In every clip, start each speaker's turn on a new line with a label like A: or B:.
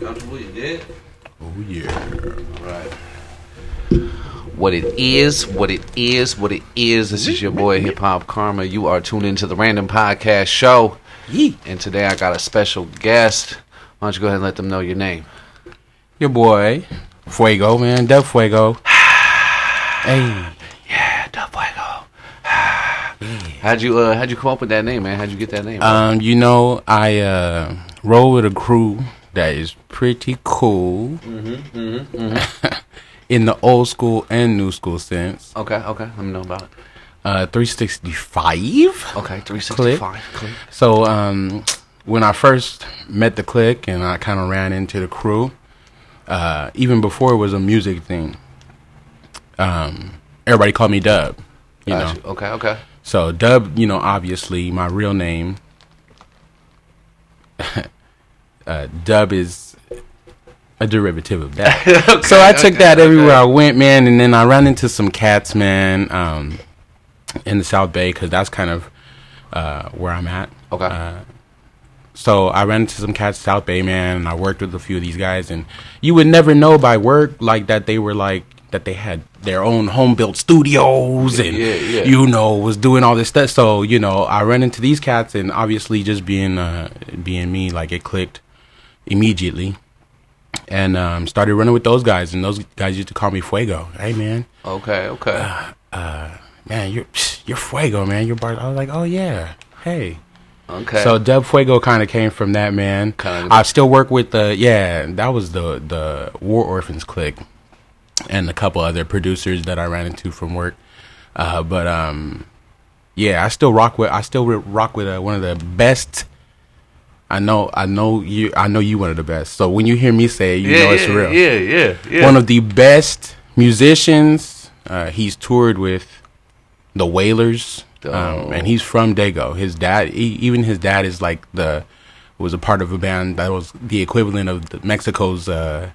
A: comfortable? You did?
B: Oh yeah.
A: Right.
C: What it is, what it is, what it is. This is your boy Hip Hop Karma. You are tuned into the Random Podcast Show,
B: Yee.
C: and today I got a special guest. Why don't you go ahead and let them know your name?
B: Your boy, Fuego man, Def Fuego. hey,
C: Yeah, Dubuego. how'd you uh, how'd you come up with that name, man? How'd you get that name?
B: um, you know I uh roll with a crew that is pretty cool. Mm-hmm, mm-hmm, In the old school and new school sense,
C: okay, okay, let me know about it.
B: uh, 365.
C: Okay, three sixty five.
B: So um, when I first met the clique and I kind of ran into the crew, uh, even before it was a music thing, um, everybody called me Dub. You know,
C: Okay, okay.
B: so Dub, you know, obviously my real name. uh, Dub is a derivative of that. so I took that everywhere I went, man, and then I ran into some cats, man, um, in the South Bay because that's kind of uh, where I'm at.
C: Okay.
B: Uh, So I ran into some cats South Bay man, and I worked with a few of these guys, and you would never know by work like that they were like that they had their own home built studios and
C: Yeah, yeah.
B: you know was doing all this stuff. So you know I ran into these cats, and obviously just being uh, being me, like it clicked immediately, and um, started running with those guys, and those guys used to call me Fuego. Hey man,
C: okay, okay.
B: man, you're you're Fuego, man. You're Bart. I was like, oh yeah, hey.
C: Okay.
B: So Dub Fuego kind of came from that man.
C: Kinda.
B: I still work with the yeah, that was the the War Orphans clique, and a couple other producers that I ran into from work. Uh, but um, yeah, I still rock with I still re- rock with uh, one of the best. I know I know you I know you one of the best. So when you hear me say, it, you know it's
C: yeah,
B: real
C: Yeah, yeah, yeah.
B: one of the best musicians. Uh, he's toured with the Wailers,
C: Oh.
B: um, and he's from Dago. His dad, e even his dad, is like the was a part of a band that was the equivalent of the Mexico's. Uh,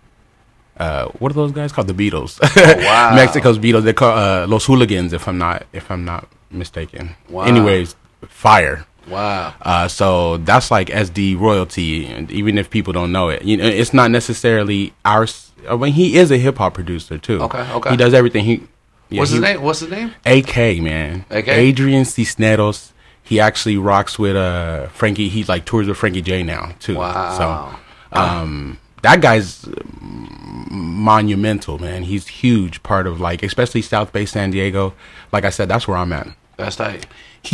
B: uh, what are those guys called? The Beatles.
C: Oh, wow.
B: Mexico's Beatles. They're called uh, Los Hooligans, if I'm not if I'm not mistaken.
C: Wow.
B: Anyways, fire.
C: wow.
B: Uh, so that's like SD royalty, and even if people don't know it, you know, it's not necessarily our. s- I mean, he is a hip hop producer too.
C: Okay, okay.
B: He does everything. He yeah,
C: What's
B: he-
C: his name? What's his name?
B: AK man.
C: AK?
B: Adrian Cisneros. He actually rocks with uh Frankie. He like tours with Frankie J now too.
C: Wow.
B: So, um, that guy's mm, monumental, man. He's huge part of like especially South Bay San Diego. Like I said, that's where I'm at.
C: That's tight.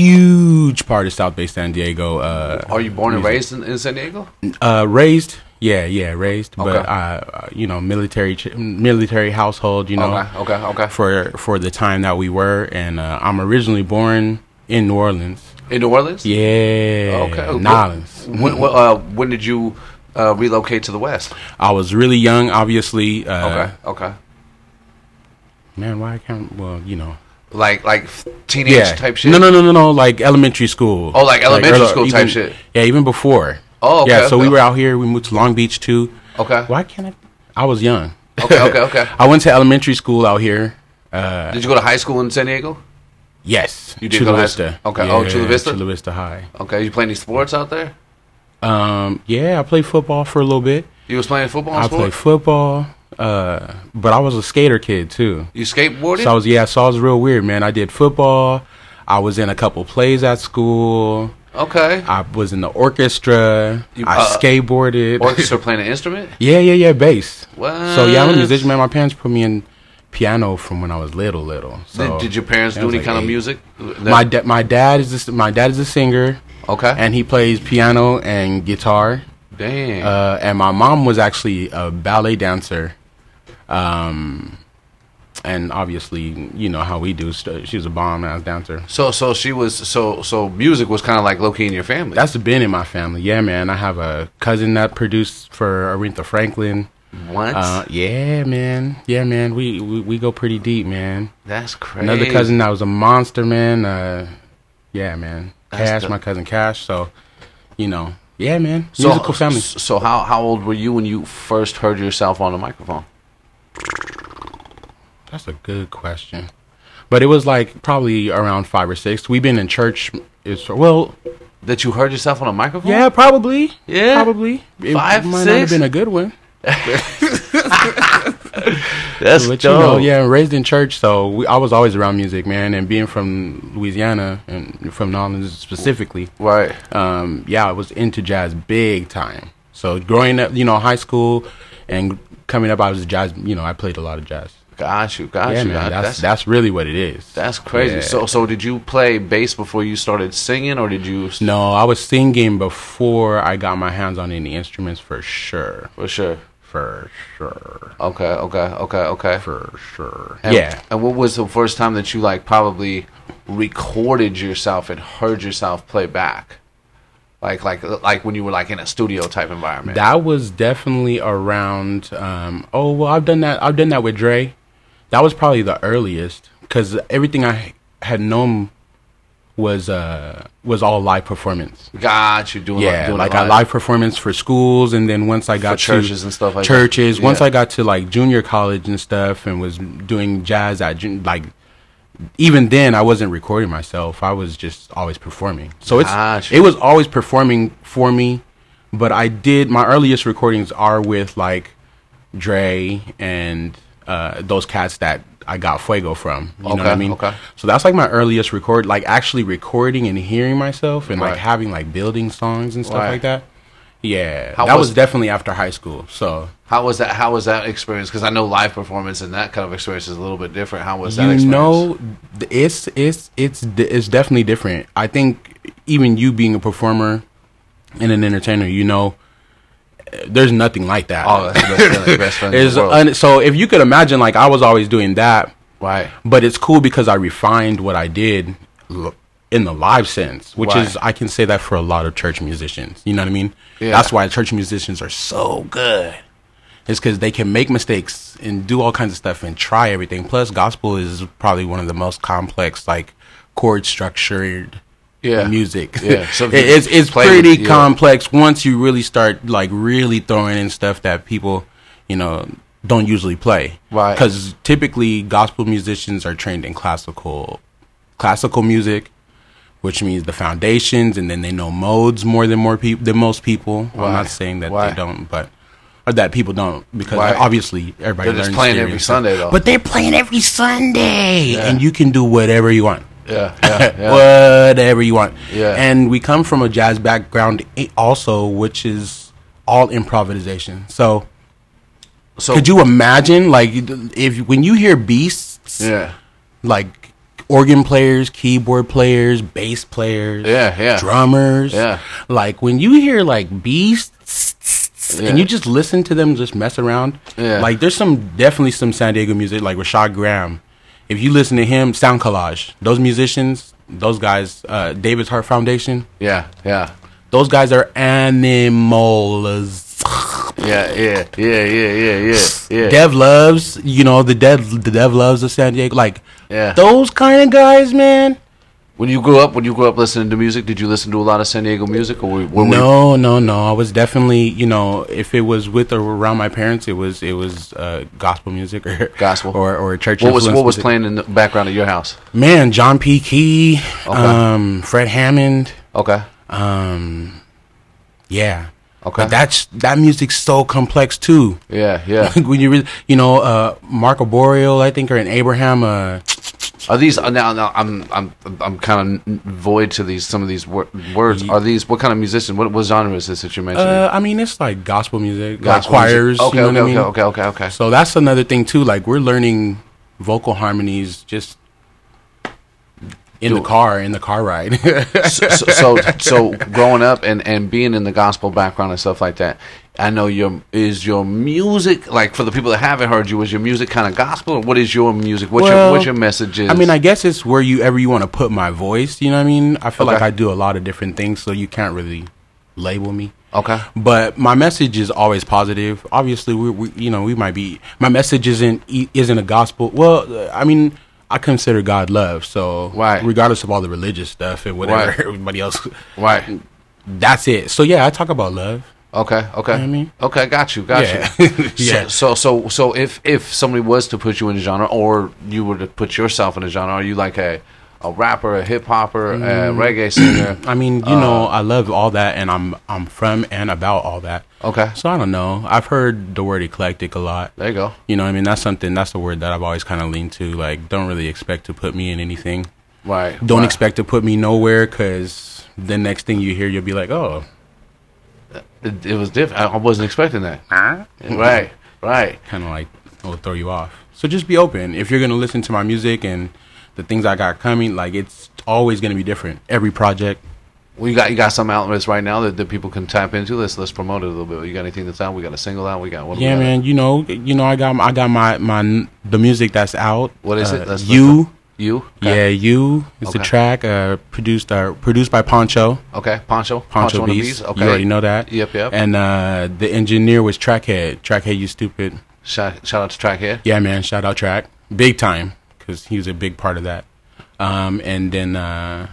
B: Huge part of South Bay San Diego. Uh,
C: Are you born and raised in, in San Diego?
B: uh, raised, yeah, yeah, raised,
C: Okay.
B: but uh, you know, military, ch- military household, you know,
C: Okay, okay, okay.
B: for for the time that we were, and uh, I'm originally born in New Orleans,
C: In New Orleans?
B: yeah,
C: Okay.
B: New Orleans.
C: When, when, uh, when did you uh, relocate to the West?
B: I was really young, obviously. Uh,
C: Okay, okay.
B: man, why I can't? Well, you know,
C: Like like teenage
B: yeah,
C: type shit.
B: No, no, no, no, no, like elementary school.
C: Oh, like elementary school type
B: even-
C: shit.
B: Yeah, even before.
C: Oh, okay,
B: yeah. So
C: okay.
B: we were out here. We moved to Long Beach too.
C: Okay.
B: Why can't I? I was young.
C: Okay, okay, okay.
B: I went to elementary school out here. Uh,
C: Did you go to high school in San Diego?
B: Yes.
C: You did
B: Chula
C: go to-
B: Vista.
C: okay. Oh, Chula Vista?
B: Chula Vista High.
C: Okay. You play any sports out there?
B: Um, yeah, I played football for a little bit.
C: You was playing football. and
B: I
C: sport?
B: played football, uh, but I was a skater kid too.
C: You skateboarded.
B: So I was yeah, so I was real weird, man. I did football. I was in a couple plays at school.
C: okay.
B: I was in the orchestra.
C: You-
B: I
C: uh,
B: skateboarded.
C: Orchestra playing an instrument.
B: yeah, yeah, yeah, bass.
C: What?
B: So yeah, I'm a musician, man. My parents put me in piano from when I was little, little. So
C: Did, did your parents
B: I
C: do
B: was
C: any
B: like
C: kind of
B: eight.
C: music?
B: My da- my dad is a, my dad is a singer,
C: okay.
B: and he plays piano and guitar.
C: Damn.
B: uh, and my mom was actually a ballet dancer. Um, and obviously, you know how we do. st- She was a bomb ass dancer.
C: so so she was so so music was kind of like low key in your family.
B: That's been in my family. Yeah, man. I have a cousin that produced for Aretha Franklin.
C: what?
B: Uh, yeah, man. Yeah, man. We, we we go pretty deep, man.
C: That's crazy.
B: Another cousin that was a monster, man. Uh, yeah, man.
C: That's
B: Cash,
C: the-
B: my cousin Cash. So, you know, yeah, man.
C: So,
B: Musical family.
C: So how how old were you when you first heard yourself on the microphone?
B: That's a good question. But it was like probably around five or six. We've been in church. It's well,
C: That you heard yourself on a microphone?
B: yeah, probably,
C: Oh. Yeah?
B: probably. It
C: Five,
B: might not have
C: six?
B: been a good one.
C: That's
B: But you
C: dope.
B: know, yeah, raised in church, so we, I was always around music, man. And being from Louisiana and from New Orleans specifically,
C: Right.
B: um, yeah, I was into jazz big time. So growing up, you know, high school and coming up, I was a jazz. You know, I played a lot of jazz.
C: Got you. Got
B: yeah,
C: you.
B: man,
C: Got-
B: that's,
C: that's,
B: that's really what it is.
C: that's crazy.
B: Yeah.
C: So so did you play bass before you started singing, or did you?
B: no, I was singing before I got my hands on any instruments for sure,
C: For sure.
B: for sure,
C: Okay. Okay. Okay. Okay.
B: for sure.
C: And-
B: yeah,
C: And what was the first time that you like probably recorded yourself and heard yourself play back? Like like like when you were like in a studio type environment.
B: That was definitely around. Um, oh well, I've done that. I've done that with Dre. That was probably the earliest because everything I had known was uh, was all live performance.
C: Got you doing
B: Yeah,
C: doing
B: like
C: a
B: I
C: lot.
B: live performance for schools, and then once I got to
C: churches and stuff like that.
B: churches. Once
C: Yeah.
B: I got to like junior college and stuff, and was doing jazz at jun- like. Even then, I wasn't recording myself. I was just always performing. So it's
C: Gotcha.
B: it was always performing for me, but I did my earliest recordings are with like Dre and uh, those cats that I got Fuego from. You know what
C: Okay,
B: I mean?
C: okay.
B: So that's like my earliest record, like actually recording and hearing myself and
C: Right.
B: like having like building songs and stuff
C: Right.
B: like that. Yeah,
C: How
B: that
C: was-
B: was, definitely after high school. So
C: How was that? How was that experience? Because I know live performance and that kind of experience is a little bit different. How was that?
B: you
C: experience?
B: know, th- it's it's it's d- it's definitely different. I think even you being a performer and an entertainer, you know, eh, there's nothing like that.
C: oh, that's the best feeling. Best feeling in
B: There's
C: the world.
B: un- so if you could imagine, like I was always doing that.
C: right.
B: but it's cool because I refined what I did l- in the live sense, which
C: Right.
B: is I can say that for a lot of church musicians. You know what I mean?
C: Yeah.
B: That's why church musicians are so good. It's because they can make mistakes and do all kinds of stuff and try everything. Plus, gospel is probably one of the most complex, like chord structured
C: Yeah.
B: music.
C: Yeah. So if
B: It-
C: you
B: it's it's
C: play with-
B: pretty
C: yeah.
B: complex once you really start like really throwing in stuff that people, you know, don't usually play.
C: Right.
B: Because typically gospel musicians are trained in classical classical music, which means the foundations, and then they know modes more than more people than most people.
C: Right.
B: I'm not saying that
C: Right.
B: they don't, but. Or that people don't because
C: Right.
B: obviously everybody
C: They're just
B: learns
C: playing
B: theory
C: every
B: and stuff.
C: Sunday, though.
B: But they're playing every Sunday,
C: Yeah.
B: and you can do whatever you want
C: Yeah. Yeah. yeah.
B: whatever you want.
C: Yeah.
B: And we come from a jazz background i- also, which is all improvisation. So
C: so
B: could you imagine, like, if when you hear beasts,
C: Yeah.
B: like organ players, keyboard players, bass players,
C: Yeah, yeah.
B: drummers,
C: Yeah.
B: like when you hear like beasts
C: Yeah.
B: and you just listen to them just mess around,
C: Yeah.
B: like there's some definitely some San Diego music like Rashad Graham. If you listen to him, Sound Collage, those musicians, those guys, uh, David's Heart Foundation,
C: Yeah. Yeah.
B: those guys are animals.
C: Yeah. Yeah. Yeah. Yeah. Yeah. Yeah. Yeah.
B: Dev loves, you know, the dev, the dev loves of San Diego, like
C: Yeah.
B: those kind of guys, man.
C: When you grew up, when you grew up listening to music, did you listen to a lot of San Diego music, or were, were you,
B: No, no, no. I was definitely, you know, if it was with or around my parents, it was it was uh, gospel music or
C: Gospel.
B: or or church.
C: what was
B: influence
C: what was
B: music.
C: playing in the background of your house?
B: Man, John P. Key, um, Fred Hammond.
C: Okay.
B: Um, yeah.
C: Okay.
B: But that's that music's so complex too.
C: Yeah. Yeah.
B: when you re- you know uh, Marco Boreal, I think, or an Abraham. Uh,
C: Are these uh, now? now I'm I'm I'm kind of void to these some of these wor- words. Are these what kind of musician? What what genre is this that you're mentioning?
B: uh, I mean, it's like gospel music, like
C: Gospel music.
B: choirs.
C: Okay,
B: you know
C: okay,
B: what I mean?
C: okay, okay, okay, okay.
B: So that's another thing too. Like we're learning vocal harmonies just in the car, in the car ride.
C: so, so so growing up and and being in the gospel background and stuff like that i know your is your music like for the people that haven't heard you is your music kind of gospel or what is your music what your
B: Well,
C: what your message is
B: I mean, I guess it's where you ever you want to put my voice. You know what I mean? I feel
C: Okay.
B: like I do a lot of different things, so you can't really label me.
C: okay
B: But my message is always positive. Obviously, we, we you know we might be my message isn't e- isn't a gospel. Well, uh, I mean. I consider God love, so
C: Right.
B: regardless of all the religious stuff and whatever
C: Right.
B: everybody else,
C: right
B: that's it. So yeah, I talk about love.
C: okay okay
B: I mean?
C: okay got you got
B: Yeah.
C: you
B: Yeah.
C: so, so so so if if somebody was to put you in a genre or you were to put yourself in a genre are you like a a rapper, a hip hopper,
B: Mm.
C: a reggae singer.
B: I mean, you
C: Uh.
B: know, I love all that, and I'm I'm from and about all that.
C: Okay,
B: So I don't know. I've heard the word eclectic a lot.
C: there you go.
B: You know, what I mean, that's something. That's the word that I've always kind of leaned to. Like, don't really expect to put me in anything.
C: Right.
B: Don't
C: right.
B: expect to put me nowhere, because the next thing you hear, you'll be like, oh,
C: It, it was different. I I wasn't expecting that. right. Right.
B: kind of like will throw you off. So just be open. If you're gonna listen to my music and the things I got coming, like it's always gonna be different. Every project.
C: Well, you got you got some outlets right now that, that people can tap into. Let's let's promote it a little bit. You got anything that's out? We got a single out. We got what? do we
B: Yeah,
C: got?
B: man. You know, you know, I got I got my my the music that's out.
C: What is
B: Uh,
C: it? Let's-
B: you.
C: You?
B: Yeah, you is the
C: Okay.
B: track uh, produced uh, produced by Poncho.
C: Okay. Poncho.
B: Poncho,
C: and the
B: Beast.
C: Bees.
B: You already know that.
C: Yep, yep.
B: And uh, the engineer was Trackhead. Trackhead, you stupid.
C: Shout, shout out to Trackhead.
B: Yeah, man. Shout out Track, big time, because he was a big part of that. Um, and then uh,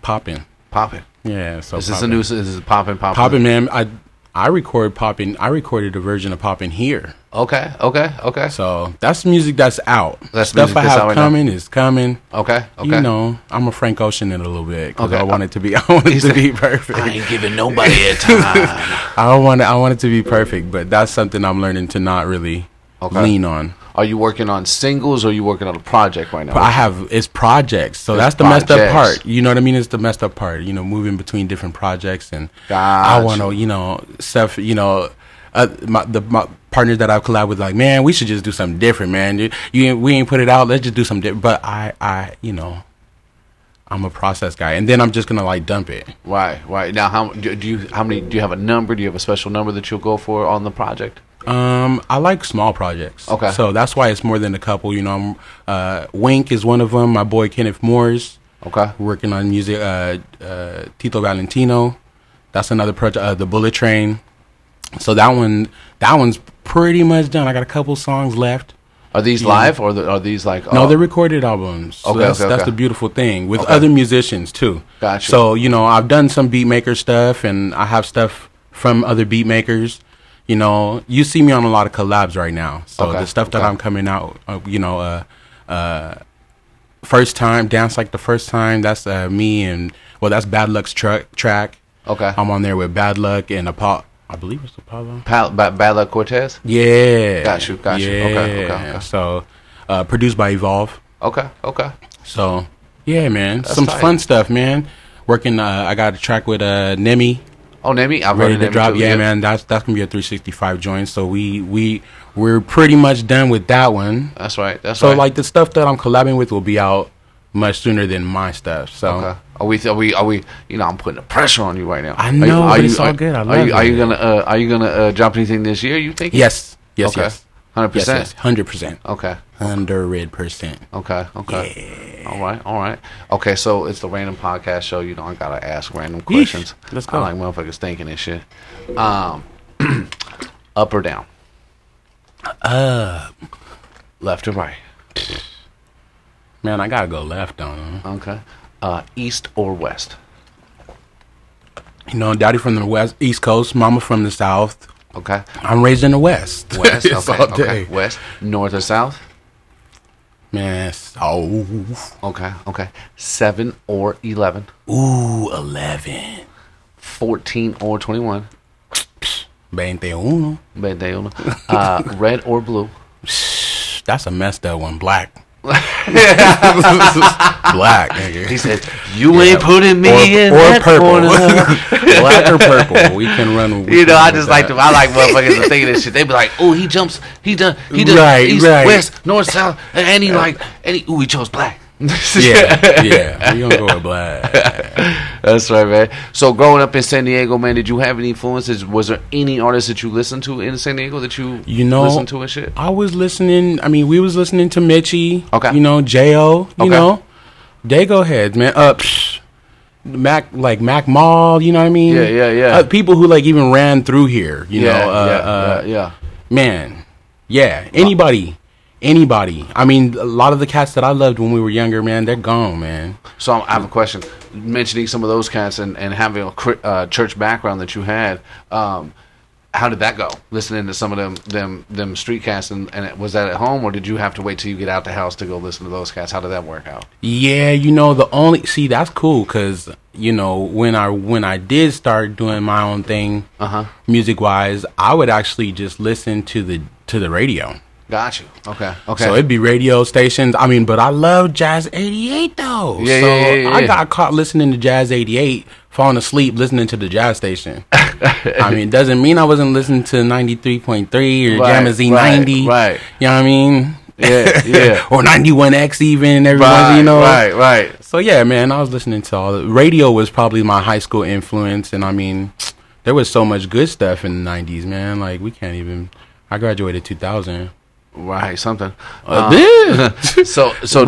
B: popping.
C: Poppin'.
B: Yeah. So
C: Is this a new? Is this poppin'? Poppin'.
B: popping, man? I I record popping. I recorded a version of popping here.
C: Okay. Okay. Okay.
B: So that's music that's out.
C: That's
B: stuff
C: music
B: I
C: that's
B: have
C: out right now.
B: coming is coming.
C: Okay. Okay.
B: You know, I'm a Frank Ocean in a little bit because
C: Okay.
B: I want it to be. I want it
C: He's
B: to
C: the-
B: be perfect.
C: I ain't giving nobody a time.
B: I don't want it. I want it to be perfect, but that's something I'm learning to not really
C: Okay.
B: lean on.
C: are you working on singles or are you working on a project right now?
B: But I have it's projects, so
C: It's
B: that's the messed up
C: projects.
B: part. You know what I mean? It's the messed up part. You know, moving between different projects, and I
C: Gotcha.
B: want to, you know, stuff. You know, uh, my, the my partners that I've collabed with, like, man, we should just do something different, man. You, you ain't- we ain't put it out. Let's just do something different. But I, I, you know, I'm a process guy, and then I'm just gonna like dump it.
C: Right, right. Now, how do do you? How many? Do you have a number? Do you have a special number that you'll go for on the project?
B: Um, I like small projects.
C: Okay.
B: So that's why it's more than a couple. You know, I'm, uh, Wink is one of them. My boy Kenneth Moore's
C: Okay.
B: working on music. Uh, uh, Tito Valentino, that's another project. Uh, the Bullet Train. So that one, that one's pretty much done. I got a couple songs left.
C: Are these live or the, are these like?
B: No,
C: oh,
B: they're recorded albums. So
C: Okay,
B: that's,
C: okay,
B: that's
C: okay.
B: the beautiful thing with other musicians too.
C: Gotcha.
B: So you know, I've done some beat maker stuff, and I have stuff from other beat makers. You know, you see me on a lot of collabs right now. So
C: Okay,
B: the stuff that
C: okay.
B: I'm coming out, uh, you know, uh, uh, first time dance like the first time. That's uh, me and well, that's Bad Luck's tra- track.
C: Okay.
B: I'm on there with Bad Luck and Apollo. I believe it's Apollo.
C: Pal, ba- Bala Cortez.
B: Yeah.
C: Got you, got you. Okay, okay,
B: Yeah.
C: okay.
B: So, uh, produced by Evolve.
C: Okay. Okay.
B: So, yeah, man, some
C: tight.
B: fun stuff, man. Working, uh, I got a track with uh, Nemi
C: Oh, Nemi, I've
B: ready
C: heard
B: to
C: Nemi
B: drop.
C: too,
B: Yeah, man, that's that's gonna be a 365 joint. So we we we're pretty much done with that one.
C: That's right. That's
B: So
C: right.
B: like the stuff that I'm collabing with will be out much sooner than my stuff. So
C: Okay. Are we? Are we? Are we? You know, I'm putting the pressure on you right now.
B: I
C: Are you-
B: know,
C: Are
B: but
C: you,
B: it's all
C: are,
B: good. I
C: are
B: love
C: you, Are
B: it.
C: you gonna? Uh, are you gonna uh, drop anything this year? You think?
B: yes, yes,
C: Okay.
B: yes,
C: Hundred
B: yes,
C: percent. Oh.
B: yes, hundred percent,
C: Okay.
B: hundred percent.
C: Okay. Okay. All right. All right. Okay. So it's the random podcast show. You know, I gotta ask random questions.
B: Let's
C: I
B: go.
C: like motherfuckers thinking and shit. Um, up or down?
B: Uh.
C: Up. Left or right?
B: Man, I gotta go left on him.
C: Okay. Uh, east or west?
B: You know, Daddy from the west, East Coast, Mama from the South.
C: Okay.
B: I'm raised in the West.
C: West.
B: It's
C: okay.
B: all day.
C: Okay. West. North or south?
B: Man, south.
C: Okay. Okay. Seven or eleven?
B: Ooh, 11.
C: Fourteen or twenty-one?
B: e 21.
C: But they don't know. Uh, red or blue?
B: That's a messed up one. Black. Black,
C: He
B: nigga.
C: said, "You
B: Yeah.
C: ain't putting me in
B: or
C: that
B: purple.
C: corner."
B: Black or purple. We can run. we
C: You
B: can
C: know, I just
B: run with
C: like
B: that.
C: them. I like motherfuckers that think of this shit. They be like, "Oh, he jumps. He done. He done.
B: Right,
C: east,
B: right.
C: west, north, south, and and he like, and he, ooh, he chose black."
B: Yeah, yeah. We're going to go with black.
C: that's right, man. So, growing up in San Diego, man, did you have any influences? Was there any artists that you listened to in San Diego that you
B: You know-
C: listened to and shit?
B: I was listening. I mean, we was listening to Mitchie.
C: Okay.
B: You know, J.O. You
C: Okay.
B: know, they go heads, man. Uh, psh, Mac like Mac Mall. You know what I mean?
C: Yeah, yeah, yeah.
B: Uh, people who like even ran through here. You
C: yeah,
B: know, uh,
C: yeah,
B: uh,
C: yeah, yeah.
B: man, yeah. Anybody, anybody. I mean, a lot of the cats that I loved when we were younger, man, they're gone, man.
C: So I have a question. Mentioning some of those cats and, and having a cri- uh, church background that you had, um, how did that go? Listening to some of them them them street casts, and, and it, was that at home, or did you have to wait till you get out the house to go listen to those casts? How did that work out?
B: Yeah, you know the only see that's cool because you know when I when I did start doing my own thing,
C: Uh huh.
B: music wise, I would actually just listen to the to the radio.
C: Got you. Okay. Okay.
B: So it'd be radio stations. I mean, but I love Jazz 88 though.
C: Yeah,
B: so
C: yeah, yeah, yeah.
B: I got caught listening to Jazz 88, falling asleep listening to the jazz station. I mean, doesn't mean I wasn't listening to 93.3 or
C: Right,
B: Jamazee
C: right,
B: 90.
C: right.
B: You know what I mean?
C: yeah. Yeah.
B: Or 91X even and everyone,
C: right.
B: you know.
C: Right. Right.
B: So yeah, man, I was listening to all the radio was probably my high school influence and I mean, there was so much good stuff in the 90s, man. Like we can't even I graduated 2000.
C: Right. Something. Um,
B: Uh, this-
C: so so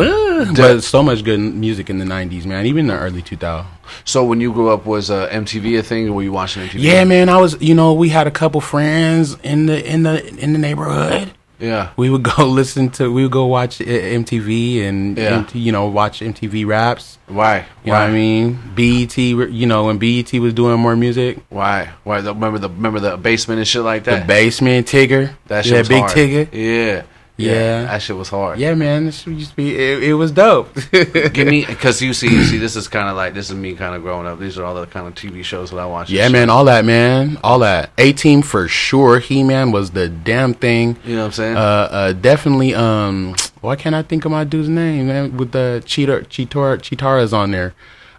B: but so much good music in the '90s, man. Even the early 2000s.
C: so when you grew up, was uh, MTV a thing, or were you watching MTV?
B: Yeah, man. I was, you know, we had a couple friends in the in the in the neighborhood.
C: Yeah.
B: We would go listen to, we would go watch uh, MTV and
C: Yeah.
B: MT, you know watch MTV raps.
C: Why?
B: You know
C: Why?
B: what I mean? BET, you know, when BET was doing more music,
C: Why? Why? The, remember the remember the basement and shit like that.
B: the basement Tigger,
C: that shit
B: yeah,
C: was
B: big
C: hard.
B: Tigger.
C: Yeah.
B: Yeah.
C: That shit was hard.
B: Yeah, man. This used to be, it, it was dope.
C: Give me because you see, you see, this is kind of like this is me kind of growing up. These are all the kind of TV shows that I watch.
B: Yeah, man, all that, man, all that. A team for sure. He man was the damn thing.
C: You know what I'm saying?
B: Uh, uh, definitely. Um, why can't I think of my dude's name, man? With the cheater, cheetor, cheetara's on there.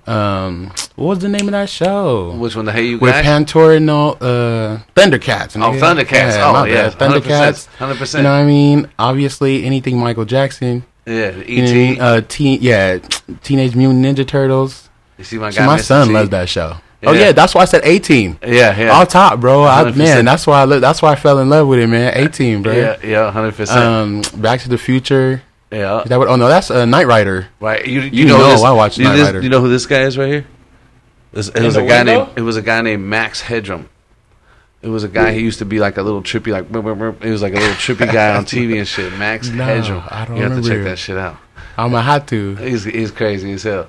B: Um, what was the name of that show?
C: Which one? The Hey You
B: With
C: Guys?
B: Pantoro, no, uh, Thundercats.
C: Oh,
B: nigga.
C: Thundercats.
B: Yeah,
C: Oh,
B: my
C: yeah,
B: bad. Thundercats.
C: 100%.
B: You know what I mean? Obviously, anything Michael Jackson.
C: yeah, E the
B: You know what I
C: E.T.
B: mean? Uh, teen, yeah, Teenage Mutant Ninja Turtles.
C: you see my
B: So
C: guy.
B: my
C: Mr.
B: son
C: T?
B: loves that show. Oh
C: Yeah.
B: yeah, that's why I said A Team.
C: Yeah, yeah,
B: All top, bro. I,
C: 100%.
B: man, that's why I look. That's why I fell in love with it, man. Eighteen, bro.
C: yeah, yeah, hundred percent.
B: Um, Back to the Future.
C: Yeah,
B: Is that what? Oh no, that's uh, Knight Rider.
C: right. You, you,
B: you
C: know,
B: know
C: this,
B: I watch
C: you,
B: Knight
C: this-
B: Rider.
C: you know who this guy is right here? This, it was
B: the
C: a guy
B: window?
C: named it was a guy named Max Hedrum. It was a guy who used to be like a little trippy, like burp, burp, burp. it was like a little trippy guy on TV and shit. Max
B: No,
C: Hedrum.
B: I don't
C: you have to
B: remember
C: check
B: him.
C: that shit out.
B: I'm a hot to.
C: He's he's crazy as hell.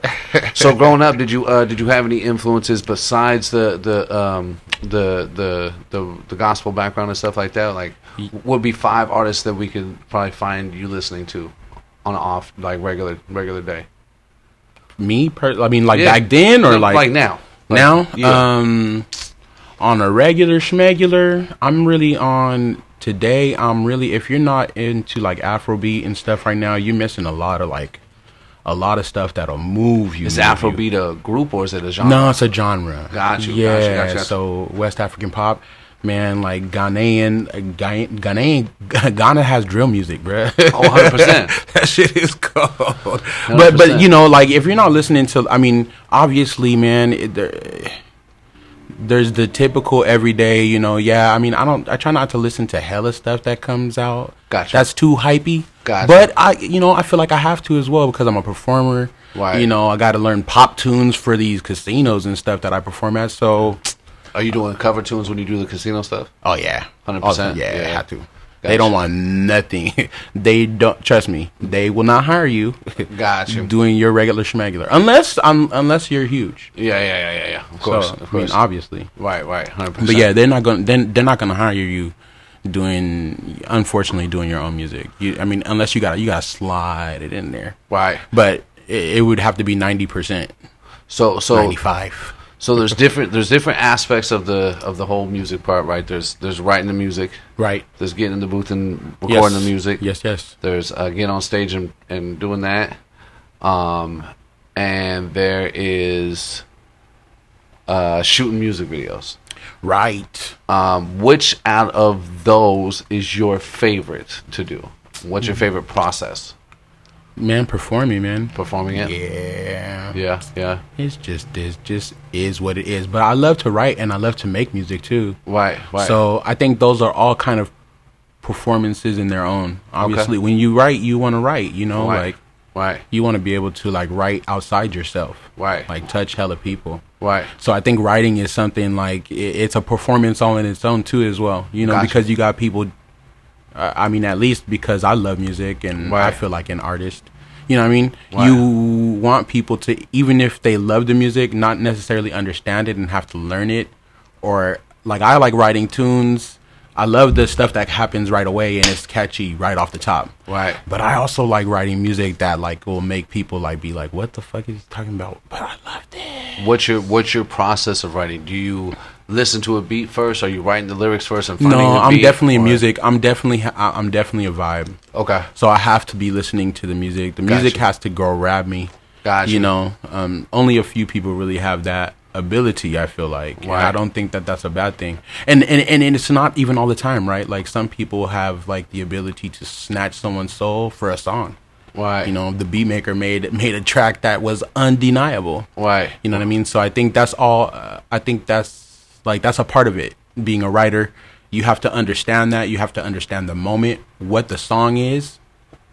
C: so growing up, did you uh, did you have any influences besides the the um, the, the the the gospel background and stuff like that? Like, what would be five artists that we could probably find you listening to on an off like regular regular day?
B: Me, per- I mean, like
C: Yeah.
B: back then or
C: No,
B: like,
C: now? Like,
B: now.
C: yeah.
B: Um, on a regular schmegular, I'm really on today. I'm really if you're not into like Afrobeat and stuff right now, you're missing a lot of like a lot of stuff that'll move you.
C: is
B: move you.
C: Afrobeat a group or is it a genre?
B: No, it's a genre.
C: Got you, got you,
B: Yeah.
C: got you, got you.
B: So West African pop, man. Like Ghanaian, uh, Ghan- Ghanaian, Ghana has drill music, bruh.
C: Oh, 100%.
B: that shit is cold. But but
C: 100%.
B: you know, like if you're not listening to, I mean, obviously, man. It, there, there's the typical everyday, you know. Yeah, I mean, I don't. I try not to listen to hella stuff that comes out.
C: Gotcha.
B: That's too hypey.
C: Gotcha.
B: But I, you know, I feel like I have to as well because I'm a performer.
C: Right.
B: You know, I got to learn pop tunes for these casinos and stuff that I perform at. So,
C: Are you doing cover tunes when you do the casino stuff?
B: oh yeah,
C: 100%,
B: Also, Yeah,
C: yeah.
B: I have to.
C: Gotcha.
B: They don't want nothing. they don't trust me. They will not hire you.
C: Gotcha.
B: Doing your regular schmegular, unless um, unless you're huge.
C: Yeah, yeah, yeah, yeah, yeah. Of course,
B: so,
C: of course.
B: I mean, obviously.
C: right, right, hundred percent.
B: But yeah, they're not going. Then they're not going to hire you doing. Unfortunately, doing your own music. You, I mean, unless you got you got to slide it in there.
C: right.
B: But it, it would have to be ninety percent,
C: So, so
B: ninety five.
C: So there's different there's different aspects of the of the whole music part, right? There's there's writing the music,
B: Right.
C: there's getting in the booth and
B: Yes.
C: recording the music.
B: Yes. Yes.
C: There's uh, getting on stage and, and doing that, um, and there is uh, shooting music videos.
B: Right.
C: Um, which out of those is your favorite to do? What's
B: Hmm.
C: your favorite process?
B: Man, performing, man.
C: Performing it?
B: Yeah.
C: yeah, yeah.
B: It's just this just is what it is. But I love to write and I love to make music too.
C: Right, right.
B: So I think those are all kind of performances in their own. Obviously, when you write, you want to write. You know,
C: right,
B: like
C: right,
B: you want to be able to like write outside yourself,
C: Right.
B: Like touch hella people.
C: right.
B: So I think writing is something like i it's a performance on its own too, as well. You know,
C: Gotcha.
B: because you got people. Uh, I mean, at least because I love music and I
C: Right.
B: feel like an artist. You know what I mean?
C: Right.
B: You want people to, even if they love the music, not necessarily understand it and have to learn it or like I like writing tunes. I love the stuff that happens right away and it's catchy right off the top.
C: Right.
B: But I also like writing music that like will make people like be like, "What the fuck is he talking about?" But I loved it.
C: What's your What's your process of writing? Do you listen to a beat first? Are you writing the lyrics first and finding
B: no,
C: the
B: I'm
C: beat,
B: definitely a
C: or-
B: music. I'm definitely I- I'm definitely a vibe.
C: Okay.
B: So I have to be listening to the music. The music
C: Gotcha.
B: has to go grab me.
C: Gotcha.
B: You know, um, only a few people really have that ability. I feel like And
C: Right.
B: I don't think that that's a bad thing. And and and and it's not even all the time, right? Like some people have like the ability to snatch someone's soul for a song.
C: Right.
B: You know, the beat maker made made a track that was undeniable.
C: Right.
B: You know what I mean? So I think that's all. Uh, I think that's like that's a part of it. Being a writer, you have to understand that. You have to understand the moment, what the song is,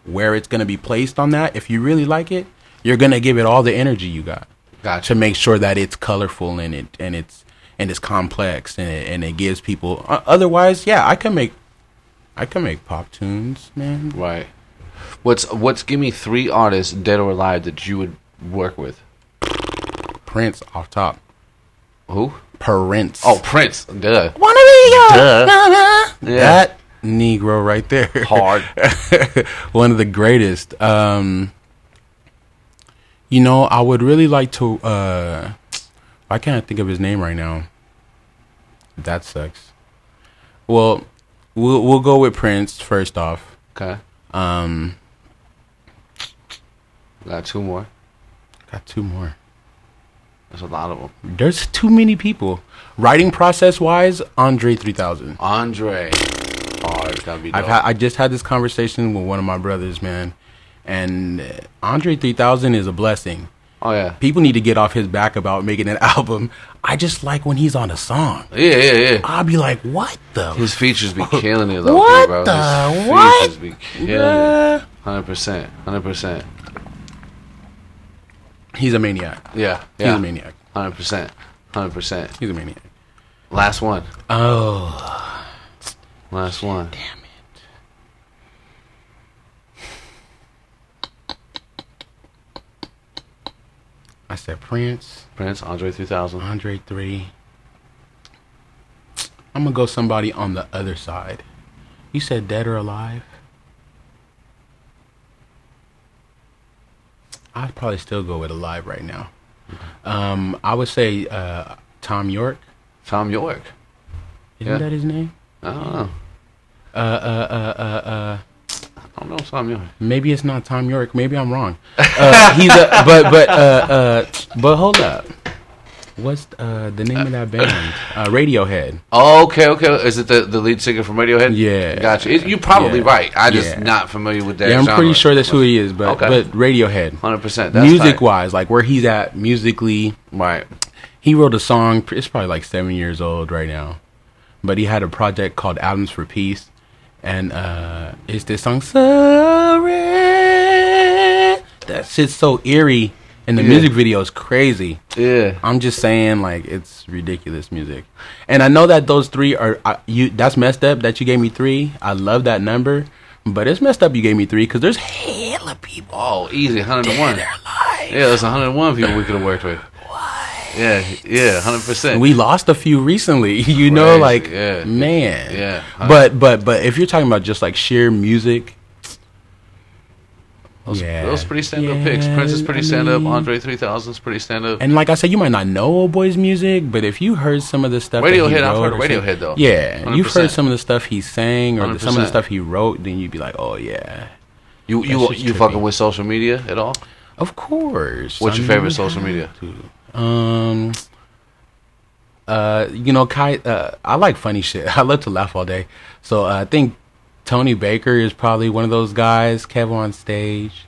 B: where it's going to be placed on that. If you really like it, you're going to give it all the energy you got.
C: Gotcha.
B: To make sure that it's colorful and it and it's and it's complex and it, and it gives people. Uh, otherwise, yeah, I can make. I can make pop tunes, man.
C: Right. What's What's give me three artists, dead or alive, that you would work with?
B: Prince off top.
C: Who?
B: Prince.
C: Oh, Prince. Duh.
B: Wanna be your
C: Duh.
B: na-na.
C: Yeah.
B: That Negro right there.
C: Hard.
B: One of the greatest. Um You know, I would really like to uh why can't I think of his name right now? That sucks. Well, we'll we'll go with Prince first off.
C: Okay.
B: Um
C: Got two more.
B: got two more.
C: That's a lot of them.
B: There's too many people. Writing process wise, Andre three thousand.
C: Andre. Hard. That'd be dope.
B: I've had I just had this conversation with one of my brothers, man, and uh, Andre 3000 is a blessing.
C: oh yeah.
B: People need to get off his back about making an album. I just like when he's on a song.
C: Yeah, yeah, yeah.
B: I'll be like, what the?
C: His features be killing it, low
B: What
C: bro.
B: the-
C: His
B: what?
C: features be killing it.
B: Uh,
C: Hundred percent. Hundred percent.
B: he's a maniac.
C: Yeah.
B: He's a
C: Yeah.
B: maniac.
C: Hundred percent. Hundred percent.
B: He's a maniac.
C: Last one.
B: Oh,
C: Last one.
B: damn it. I said Prince.
C: Prince, Andre 3000.
B: Andre three. I'm gonna go somebody on the other side. You said dead or alive. I'd probably still go with alive right now. Um, I would say uh, Tom York.
C: Tom York.
B: Isn't
C: Yeah.
B: that his name?
C: I don't know.
B: Uh, uh, uh, uh, uh,
C: I don't know Tom York.
B: maybe it's not Tom York. Maybe I'm wrong. Uh, he's a but but uh, uh, but hold up. What's uh, the name of that band? Uh, Radiohead.
C: Oh, okay, okay. Is it the, the lead singer from Radiohead?
B: Yeah.
C: Gotcha. It, you're probably
B: Yeah.
C: right. I just
B: Yeah.
C: not familiar with that
B: yeah, I'm
C: genre.
B: pretty sure that's who he is, but
C: Okay.
B: but Radiohead.
C: 100%. That's
B: Music
C: tight.
B: wise, like where he's at musically,
C: Right.
B: he wrote a song. pr- It's probably like seven years old right now, but he had a project called Albums for Peace, and uh it's this song "Sorry." That shit's so eerie, and the
C: Yeah.
B: music video is crazy.
C: Yeah.
B: I'm just saying, like it's ridiculous music, and I know that those three are I, you. That's messed up that you gave me three. I love that number, but it's messed up you gave me three because there's hella people.
C: Oh, easy. 101.
B: They're alive.
C: Yeah, there's 101 people we could have worked with. Yeah, yeah, 100%.
B: And we lost a few recently. You know,
C: Crazy,
B: like
C: yeah.
B: man,
C: Yeah.
B: But but but if you're talking about just like sheer music,
C: those,
B: Yeah.
C: those pretty stand up
B: Yeah,
C: picks. Prince is pretty
B: I
C: stand up.
B: mean-
C: Andre 3000's pretty stand up.
B: and like I said, you might not know old boy's music, but if you heard some of the stuff, that he
C: Radiohead, I've
B: wrote
C: heard of
B: or sang-
C: Radiohead, though.
B: Yeah, you have
C: 100%.
B: heard some of the stuff he sang or the, some of the
C: 100%.
B: stuff he wrote, then you'd be like, oh yeah,
C: You you
B: That's just
C: you
B: trippy.
C: fucking with social media at all?
B: of course.
C: What's
B: I
C: your
B: mean,
C: favorite social media?
B: Um, uh, you know, Kai. Uh, I like funny shit. I love to laugh all day. So uh, I think Tony Baker is probably one of those guys. Kev on stage.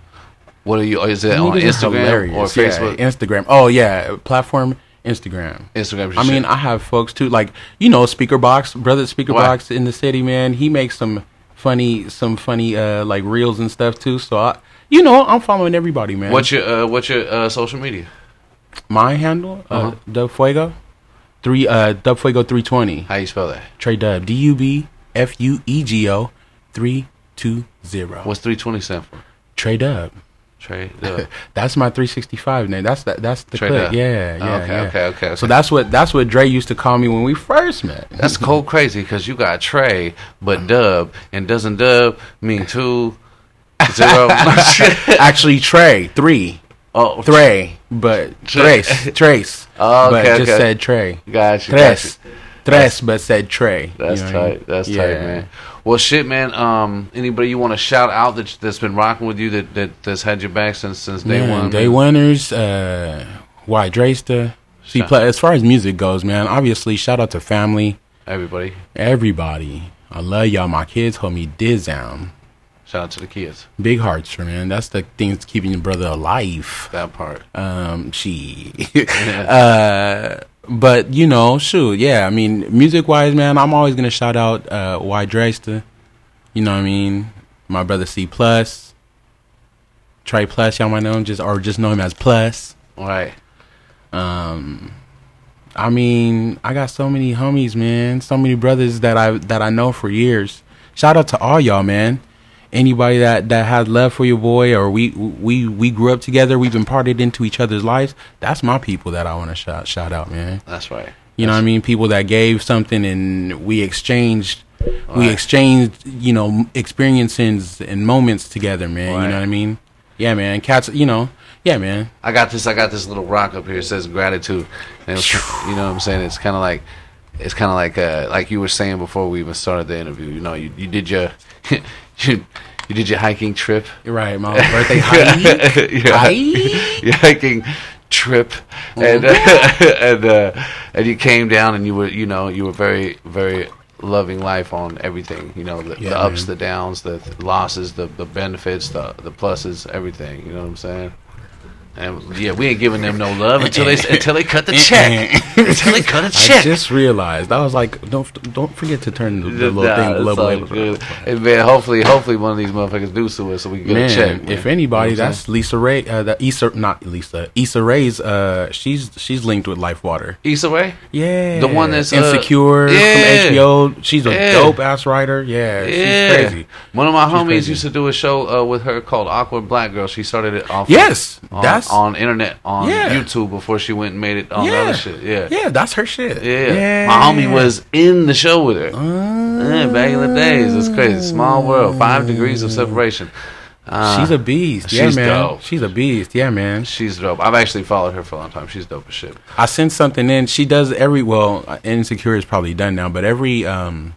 C: What are you? Is it on
B: Niggas is
C: Instagram or
B: hilarious. Yeah,
C: Facebook?
B: Instagram. Oh yeah, platform Instagram.
C: Instagram.
B: I mean, I have folks too. Like you know, Speaker Box, brother Speaker
C: Right.
B: Box in the city, man. He makes some funny, some funny uh like reels and stuff too. So I, you know, I'm following everybody, man.
C: what's your uh, what's your uh, social media?
B: my handle?
C: Uh-huh.
B: Uh, Dub Fuego, three uh Dub Fuego three twenty.
C: How you spell that?
B: Trey Dub D U B F U E G O three two zero.
C: What's three twenty stand for?
B: Trey Dub.
C: Trey, the,
B: That's my 365 name. That's that. That's the
C: Trey
B: click.
C: Dunn.
B: Yeah, yeah,
C: okay,
B: yeah.
C: okay, okay,
B: So
C: okay.
B: that's what that's what Dre used to call me when we first met.
C: that's cold crazy because you got Trey, but Dub, and doesn't Dub mean two zero?
B: Actually, Trey three,
C: oh,
B: Trey, but
C: Tre-
B: Trace, Trace.
C: Oh,
B: but
C: okay,
B: just
C: okay.
B: said Trey.
C: gotcha, gotcha.
B: Tres, tres, but said Trey.
C: That's
B: You know what I mean?
C: tight. That's tight,
B: Yeah.
C: man. Well, shit, man. Um, anybody you want to shout out that that's been rocking with you that, that that's had your back since since day
B: Man,
C: one?
B: Day winners. Uh, why Draysta? See,
C: Shout-
B: play, as far as music goes, man. Obviously, shout out to family,
C: Everybody,
B: everybody. I love y'all. My kids hold me diz down.
C: shout out to the kids.
B: Big hearts, man. That's the thing that's keeping your brother alive.
C: That part.
B: Um, she. uh, but you know, shoot, yeah. I mean, music wise, man, I'm always gonna shout out uh, Y Draysta. You know what I mean? My brother C Plus, Trey Plus. Y'all might know him just or just know him as Plus.
C: All right.
B: I mean, I got so many homies, man. So many brothers that I that I know for years. Shout out to all y'all, man. Anybody that that has love for your boy, or we we we grew up together. We've been parted into each other's lives. That's my people that I want to shout shout out, man.
C: That's right.
B: You know what I mean? People that gave something and we exchanged, we exchanged, you know, experiences and moments together, man. You
C: Right.
B: know what I mean? Yeah, man. Cats, you know, yeah, man.
C: I got this. I got this little rock up here. It says gratitude. And it's, you know what I'm saying? It's kind of like, it's kind of like, uh, like you were saying before we even started the interview. You know, you, you did your, you, you did your hiking trip.
B: You're right. My birthday hike.
C: your,
B: Hike?
C: your hiking trip,
B: Mm-hmm.
C: and uh, and uh, and you came down and you were you know you were very very loving life on everything. You know the,
B: Yeah,
C: the ups,
B: man.
C: the downs, the th- losses, the the benefits, the the pluses, everything. You know what I'm saying? And yeah, we ain't giving them no love until they until they cut the check. until they cut a
B: I
C: check.
B: just realized. I was like, don't don't forget to turn the, the little
C: Nah,
B: thing, the
C: it's
B: little
C: all
B: label.
C: good. And man, hopefully, hopefully one of these motherfuckers do sue us so we can get
B: Man,
C: a check. man.
B: if anybody,
C: You know what I'm saying?
B: that's Lisa Ray. Uh, that Issa, not Lisa, Issa Ray's. Uh, she's she's linked with Life Water.
C: Issa Rae.
B: Yeah,
C: The one that's, uh,
B: insecure
C: yeah.
B: from HBO. She's a
C: Yeah.
B: dope ass writer. Yeah,
C: Yeah.
B: she's crazy.
C: One of my homies
B: crazy.
C: used to do a show uh, with her called Awkward Black Girl. She started it off.
B: Yes,
C: on,
B: that's-
C: on internet on
B: Yeah.
C: YouTube before she went and made it on the
B: yeah,
C: other shit. Yeah. yeah.
B: yeah, that's her shit.
C: my homie was in the show with her.
B: Oh.
C: Yeah, back in the days, it's crazy. Small world, five degrees of separation. Uh,
B: She's a beast. Yeah,
C: she's
B: man.
C: dope.
B: She's a beast. Yeah, man.
C: she's dope. I've actually followed her for a long time. She's dope as shit.
B: I sent something in. She does every well, Insecure is probably done now, but every um,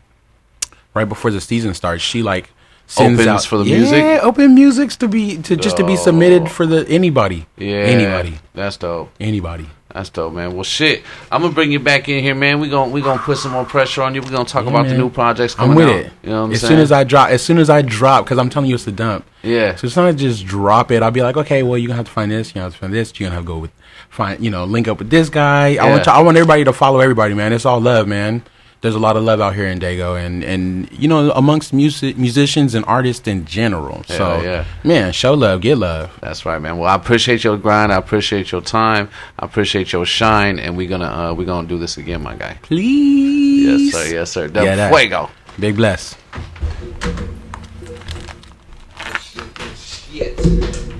B: right before the season starts, she like sends
C: Opens
B: out
C: for the music? Oh.
B: Yeah, open musics to be to just to be submitted for the anybody.
C: Yeah,
B: anybody,
C: That's dope.
B: anybody.
C: That's dope, man. Well, shit, I'm gonna bring you back in here, man. We gonna we gonna put some more pressure on you. We are gonna talk about the
B: man.
C: new projects coming
B: I'm with
C: out.
B: it.
C: You know what I'm
B: as
C: saying?
B: soon as I drop, as soon as I drop, because I'm telling you it's a dump.
C: yeah,
B: So it's not just drop it. I'll be like, okay, well, you're gonna have to find this. You have to find this. You're gonna have to go with find, you know, link up with this guy. I want,
C: Yeah.
B: I want everybody to follow everybody, man. It's all love, man. There's a lot of love out here in Dago, and and you know, amongst music musicians and artists in general. so,
C: Hell yeah.
B: man, show love, get love.
C: That's right, man. Well, I appreciate your grind. I appreciate your time. I appreciate your shine, and we're gonna uh, we're gonna do this again, my guy.
B: Please,
C: Yes, sir. Yes, sir. Del
B: Yeah, that.
C: fuego.
B: Big bless.
A: Shit, shit.